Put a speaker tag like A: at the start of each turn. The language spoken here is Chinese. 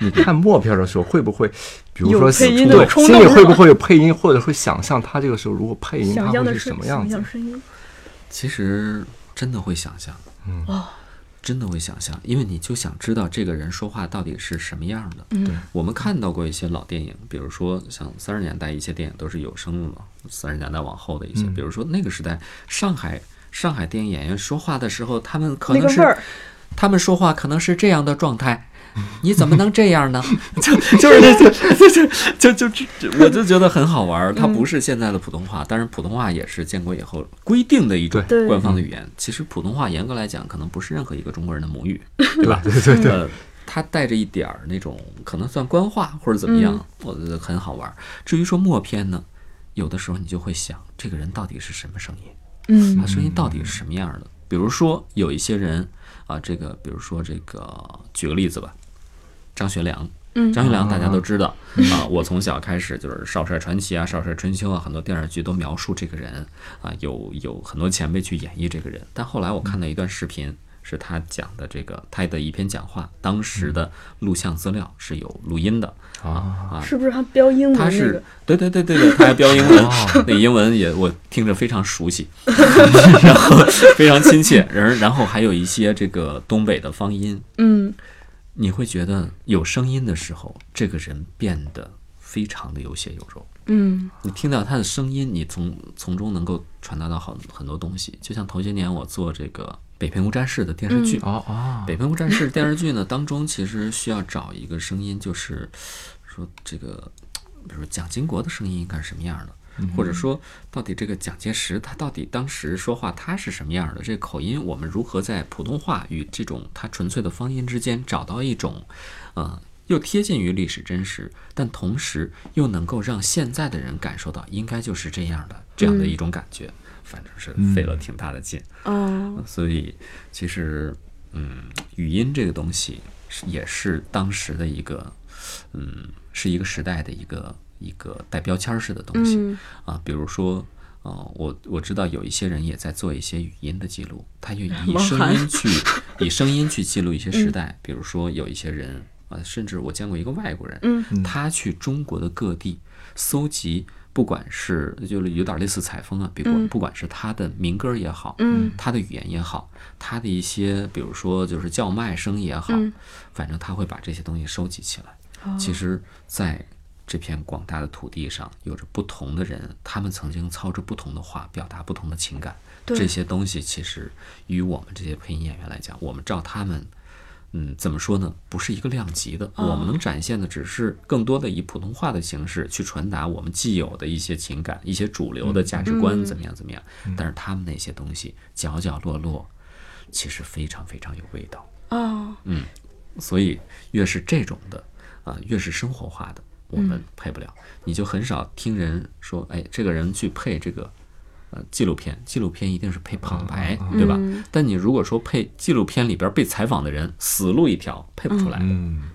A: 你看默片的时候，会不会，比如说
B: 有配音的
A: 对
B: 冲
A: 心
B: 动
A: 里
B: 是
A: 会不
B: 吗
A: 会有配音，或者会想象他这个时候如果配音，
B: 想
A: 他
B: 象
A: 会
B: 的
A: 是
B: 是
A: 什么样子
B: 想？象声音
C: 其实真的会想象，
B: 哦，
C: 真的会想象，因为你就想知道这个人说话到底是什么样的。
B: 嗯，
C: 我们看到过一些老电影，比如说像三十年代一些电影都是有声的嘛，三十年代往后的一些，
A: 嗯
C: 比如说那个时代上海上海电影演员说话的时候，他们可
B: 那个
C: 能
B: 味
C: 是
B: 儿，
C: 他们说话可能是这样的状态。 你怎么能这样呢？ 就就是这就就就就就，我就觉得很好玩儿。它不是现在的普通话，当然普通话也是建国以后规定的一种
B: 对
C: 官方的语言。其实普通话严格来讲，可能不是任何一个中国人的母语，
A: 对 吧？对对对，
C: 呃，它带着一点儿那种可能算官话或者怎么样，
B: 嗯
C: 我觉得很好玩儿。至于说默片呢，有的时候你就会想，这个人到底是什么声音？
B: 嗯
C: 他声音到底是什么样儿的？比如说有一些人啊，这个比如说这个，举个例子吧，张学良。
B: 嗯
C: 张学良大家都知道啊，我从小开始就是《少帅传奇》啊，《少帅春秋》啊，很多电视剧都描述这个人啊，有有很多前辈去演绎这个人。但后来我看到一段视频，是他讲的这个他的一篇讲话，当时的录像资料是有录音的，
A: 啊，
B: 是不是他标英文嗯
C: 他
B: 那
C: 是
B: 个？
C: 对对对对对，他还标英文
A: 哦，
C: 那英文也我听着非常熟悉， 然后非常亲切，然后然后还有一些这个东北的方音，
B: 嗯，
C: 你会觉得有声音的时候，这个人变得非常的有血有肉。
B: 嗯，
C: 你听到他的声音，你从从中能够传达到很很多东西。就像头些年我做这个《北平无战事》的电视剧，
A: 哦哦，
C: 北平无战事》电视剧呢当中，其实需要找一个声音，就是说这个，比如说蒋经国的声音应该是什么样的，或者说到底这个蒋介石他到底当时说话他是什么样的，这个口音我们如何在普通话与这种他纯粹的方言之间找到一种，呃。又贴近于历史真实，但同时又能够让现在的人感受到，应该就是这样的这样的一种感觉，反正是费了挺大的劲。
B: 哦，
C: 所以其实，嗯，语音这个东西是也是当时的一个，嗯，是一个时代的一个一个带标签儿式的东西、
B: 嗯
C: 啊。比如说，呃，我我知道有一些人也在做一些语音的记录，他就 以
B: 王
C: 声
B: 涵嗯
C: 音去以声音去记录一些时代，比如说有一些人。啊，甚至我见过一个外国人，
B: 嗯
C: 他去中国的各地搜集，不管是就是有点类似采风啊，比如
B: 嗯
C: 不管是他的民歌也好，
B: 嗯
C: 他的语言也好，他的一些比如说就是叫卖声也好，
B: 嗯哦
C: 反正他会把这些东西收集起来。其实，在这片广大的土地上，有着不同的人，他们曾经操着不同的话，表达不同的情感。
B: 对
C: 这些东西其实与我们这些配音演员来讲，我们照他们。嗯，怎么说呢？不是一个量级的，我们能展现的只是更多的以普通话的形式去传达我们既有的一些情感、一些主流的价值观，怎么样怎么样。但是他们那些东西角角落落，其实非常非常有味道。
B: 哦，
C: 所以越是这种的，啊、越是生活化的，我们配不了。你就很少听人说，哎，这个人去配这个，呃，纪录片，纪录片一定是配旁白，对吧？但你如果说配纪录片里边被采访的人，死路一条，配不出来的。
A: 嗯，